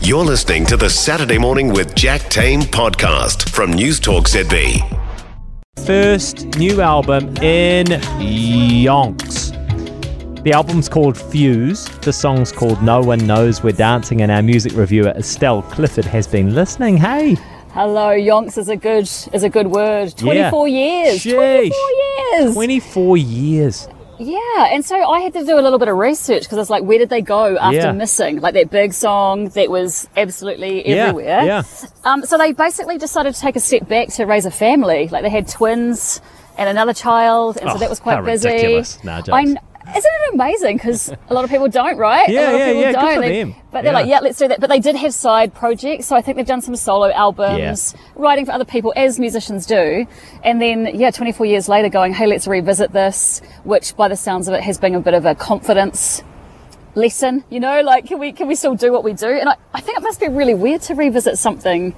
You're listening to the Saturday Morning with Jack Tame podcast from News Talk ZB. first new album in yonks. The album's called Fuse. The song's called No One Knows We're Dancing, and our music reviewer Estelle Clifford has been listening. Hey, Hello, yonks is a good is a good word. Twenty four years. Sheesh. Twenty four years. 24 years. Yeah, and so I had to do a little bit of research because it's like, where did they go after Yeah. missing? Like that big song that was absolutely Yeah, everywhere. yeah. Um, so they basically decided to take a step back to raise a family. Like they had twins and another child, and Oh, so that was quite how busy. ridiculous. Nah, jokes. I kn- isn't it amazing? Because a lot of people don't, right? Yeah, a lot of yeah, people yeah, good don't. for They- them. But they're Yeah. like, yeah, let's do that. But they did have side projects, so I think they've done some solo albums, writing for other people as musicians do. And then, yeah, 24 years later, going, hey, let's revisit this, which by the sounds of it has been a bit of a confidence lesson, you know, like can we can we still do what we do? And I, I think it must be really weird to revisit something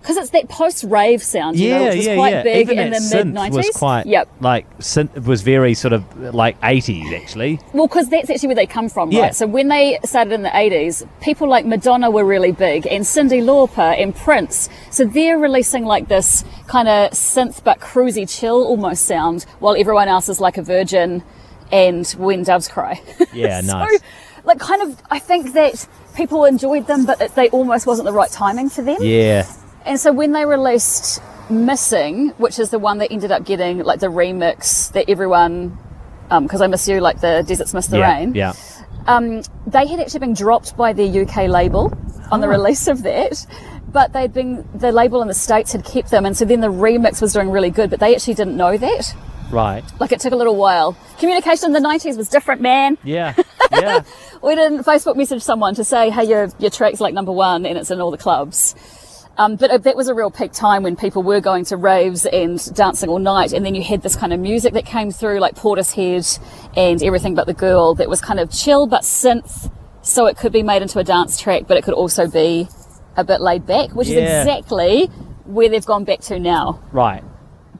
because it's that post rave sound, you know, yeah, which was yeah, quite yeah. big Even in the that synth mid 90s. was quite Yep. like synth it was very sort of like 80s actually. Well, because that's actually where they come from, Yeah. right? So when they started in the 80s, people like Madonna were really big and Cindy Lauper and Prince. So they're releasing like this kind of synth but cruisy chill almost sound while everyone else is like a virgin and when doves cry. Yeah, so, nice. like kind of, I think that people enjoyed them, but it, they almost wasn't the right timing for them. Yeah. And so when they released Missing, which is the one that ended up getting like the remix that everyone, because I Miss You, like the Deserts Miss the yeah, Rain, Yeah. um, they had actually been dropped by their UK label on Oh. the release of that. But they'd been, the label in the States had kept them. And so then the remix was doing really good, but they actually didn't know that. Right. Like it took a little while. Communication in the 90s was different, man. Yeah. Yeah. We didn't Facebook message someone to say, hey, your, your track's like number one and it's in all the clubs. Um, but it- that was a real peak time when people were going to raves and dancing all night. And then you had this kind of music that came through, like Portishead and Everything But the Girl, that was kind of chill but synth. So it could be made into a dance track, but it could also be a bit laid back, which Yeah. is exactly where they've gone back to now right.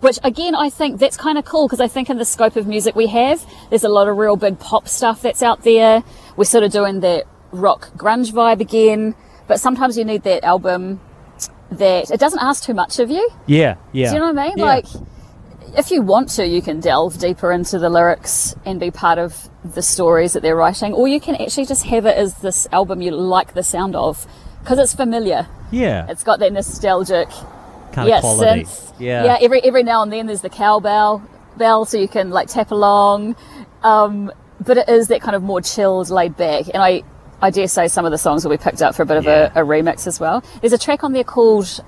which again I think that's kind of cool because I think in the scope of music we have, there's a lot of real big pop stuff that's out there. We're sort of doing that rock grunge vibe again, but sometimes you need that album that it doesn't ask too much of you. Yeah. Yeah. Do you know what I mean? Yeah. Like, if you want to, you can delve deeper into the lyrics and be part of the stories that they're writing, or you can actually just have it as this album you like the sound of because it's familiar. yeah. It's got that nostalgic kind of quality. synth. Yeah. yeah. Every every now and then there's the cowbell bell, so you can like tap along. Um, but it is that kind of more chilled, laid back, and I I dare say some of the songs will be picked up for a bit of Yeah. a, a remix as well. There's a track on there called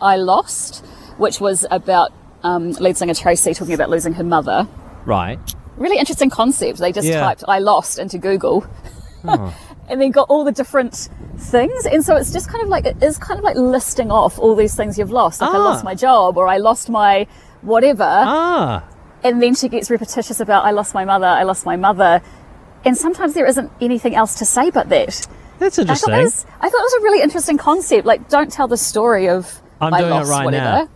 "I Lost," which was about um, lead singer Tracy talking about losing her mother. Right. Really interesting concept. They just Yeah. typed "I lost" into Google. And then got all the different things, and so it's just kind of like it is kind of like listing off all these things you've lost. Like I Ah. lost my job, or I lost my whatever, Ah. and then she gets repetitious about I lost my mother, I lost my mother, and sometimes there isn't anything else to say but that. That's I thought interesting. that was I thought it was a really interesting concept. Like, don't tell the story of I'm "I doing it lost right whatever. now.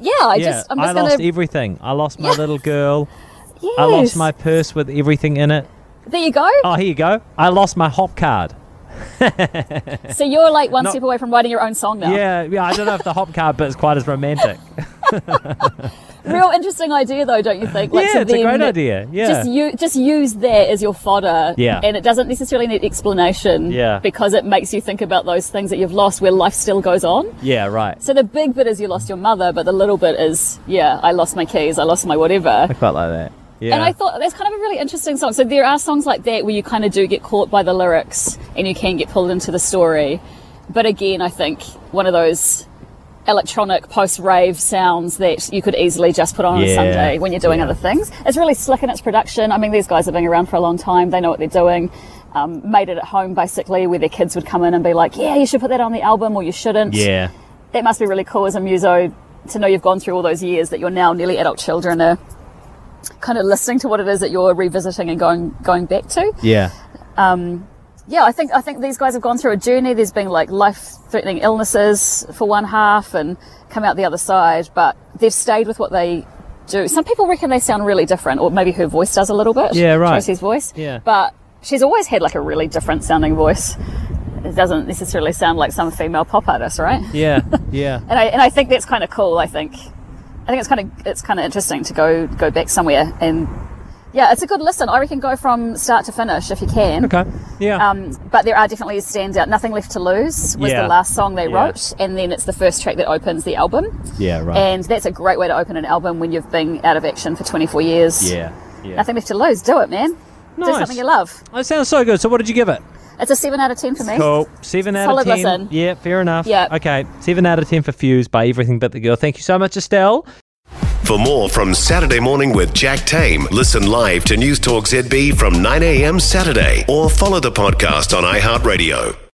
Yeah, I yeah, just I'm just I gonna lost everything. I lost my little girl. yes. I lost my purse with everything in it. There you go. Oh, here you go. I lost my hop card. so you're like one No. step away from writing your own song now. Yeah, yeah. I don't know if the hop card bit is quite as romantic. Real interesting idea though, don't you think? yeah, to it's a then great idea. Yeah. Just you just use that as your fodder. Yeah. And it doesn't necessarily need explanation. Yeah. Because it makes you think about those things that you've lost where life still goes on. yeah, right. So the big bit is you lost your mother, but the little bit is, yeah, I lost my keys, I lost my whatever. Quite like that. Yeah. And I thought that's kind of a really interesting song. So there are songs like that where you kind of do get caught by the lyrics and you can get pulled into the story. But again, I think one of those electronic post rave sounds that you could easily just put on on Yeah. a Sunday when you're doing Yeah. other things. It's really slick in its production. I mean, these guys have been around for a long time, they know what they're doing. Um, made it at home basically, where their kids would come in and be like, Yeah, you should put that on the album or you shouldn't yeah. that must be really cool as a muso to know you've gone through all those years that your now nearly adult children are kind of listening to what it is that you're revisiting and going going back to. Yeah. Yeah, I think I think these guys have gone through a journey. There's been like life threatening illnesses for one half and come out the other side, but they've stayed with what they do. Some people reckon they sound really different, or maybe her voice does a little bit. Yeah, right. Tracy's voice. Yeah. But she's always had like a really different sounding voice. it doesn't necessarily sound like some female pop artist, right? Yeah, yeah. And I and I think that's kind of cool. I think I think it's kind of it's kind of interesting to go go back somewhere and yeah, it's a good listen. I reckon go from start to finish if you can. Okay. Yeah. Um, but there are definitely standout. Nothing Left to Lose was Yeah. the last song they Yeah. wrote, and then it's the first track that opens the album. Yeah, right. And that's a great way to open an album when you've been out of action for 24 years. yeah. Yeah. Nothing Left to Lose. Do it, man. Do Nice. something you love. That sounds so good. So, what did you give it? It's a 7 out of 10 for me. Cool. Seven out Solid of ten. listen. Yeah, fair enough. Yeah. Okay. Seven out of ten for Fuse by Everything But the Girl. Thank you so much, Estelle. For more from Saturday morning with Jack Tame, listen live to News Talk ZB from 9 a.m. Saturday or follow the podcast on iHeartRadio.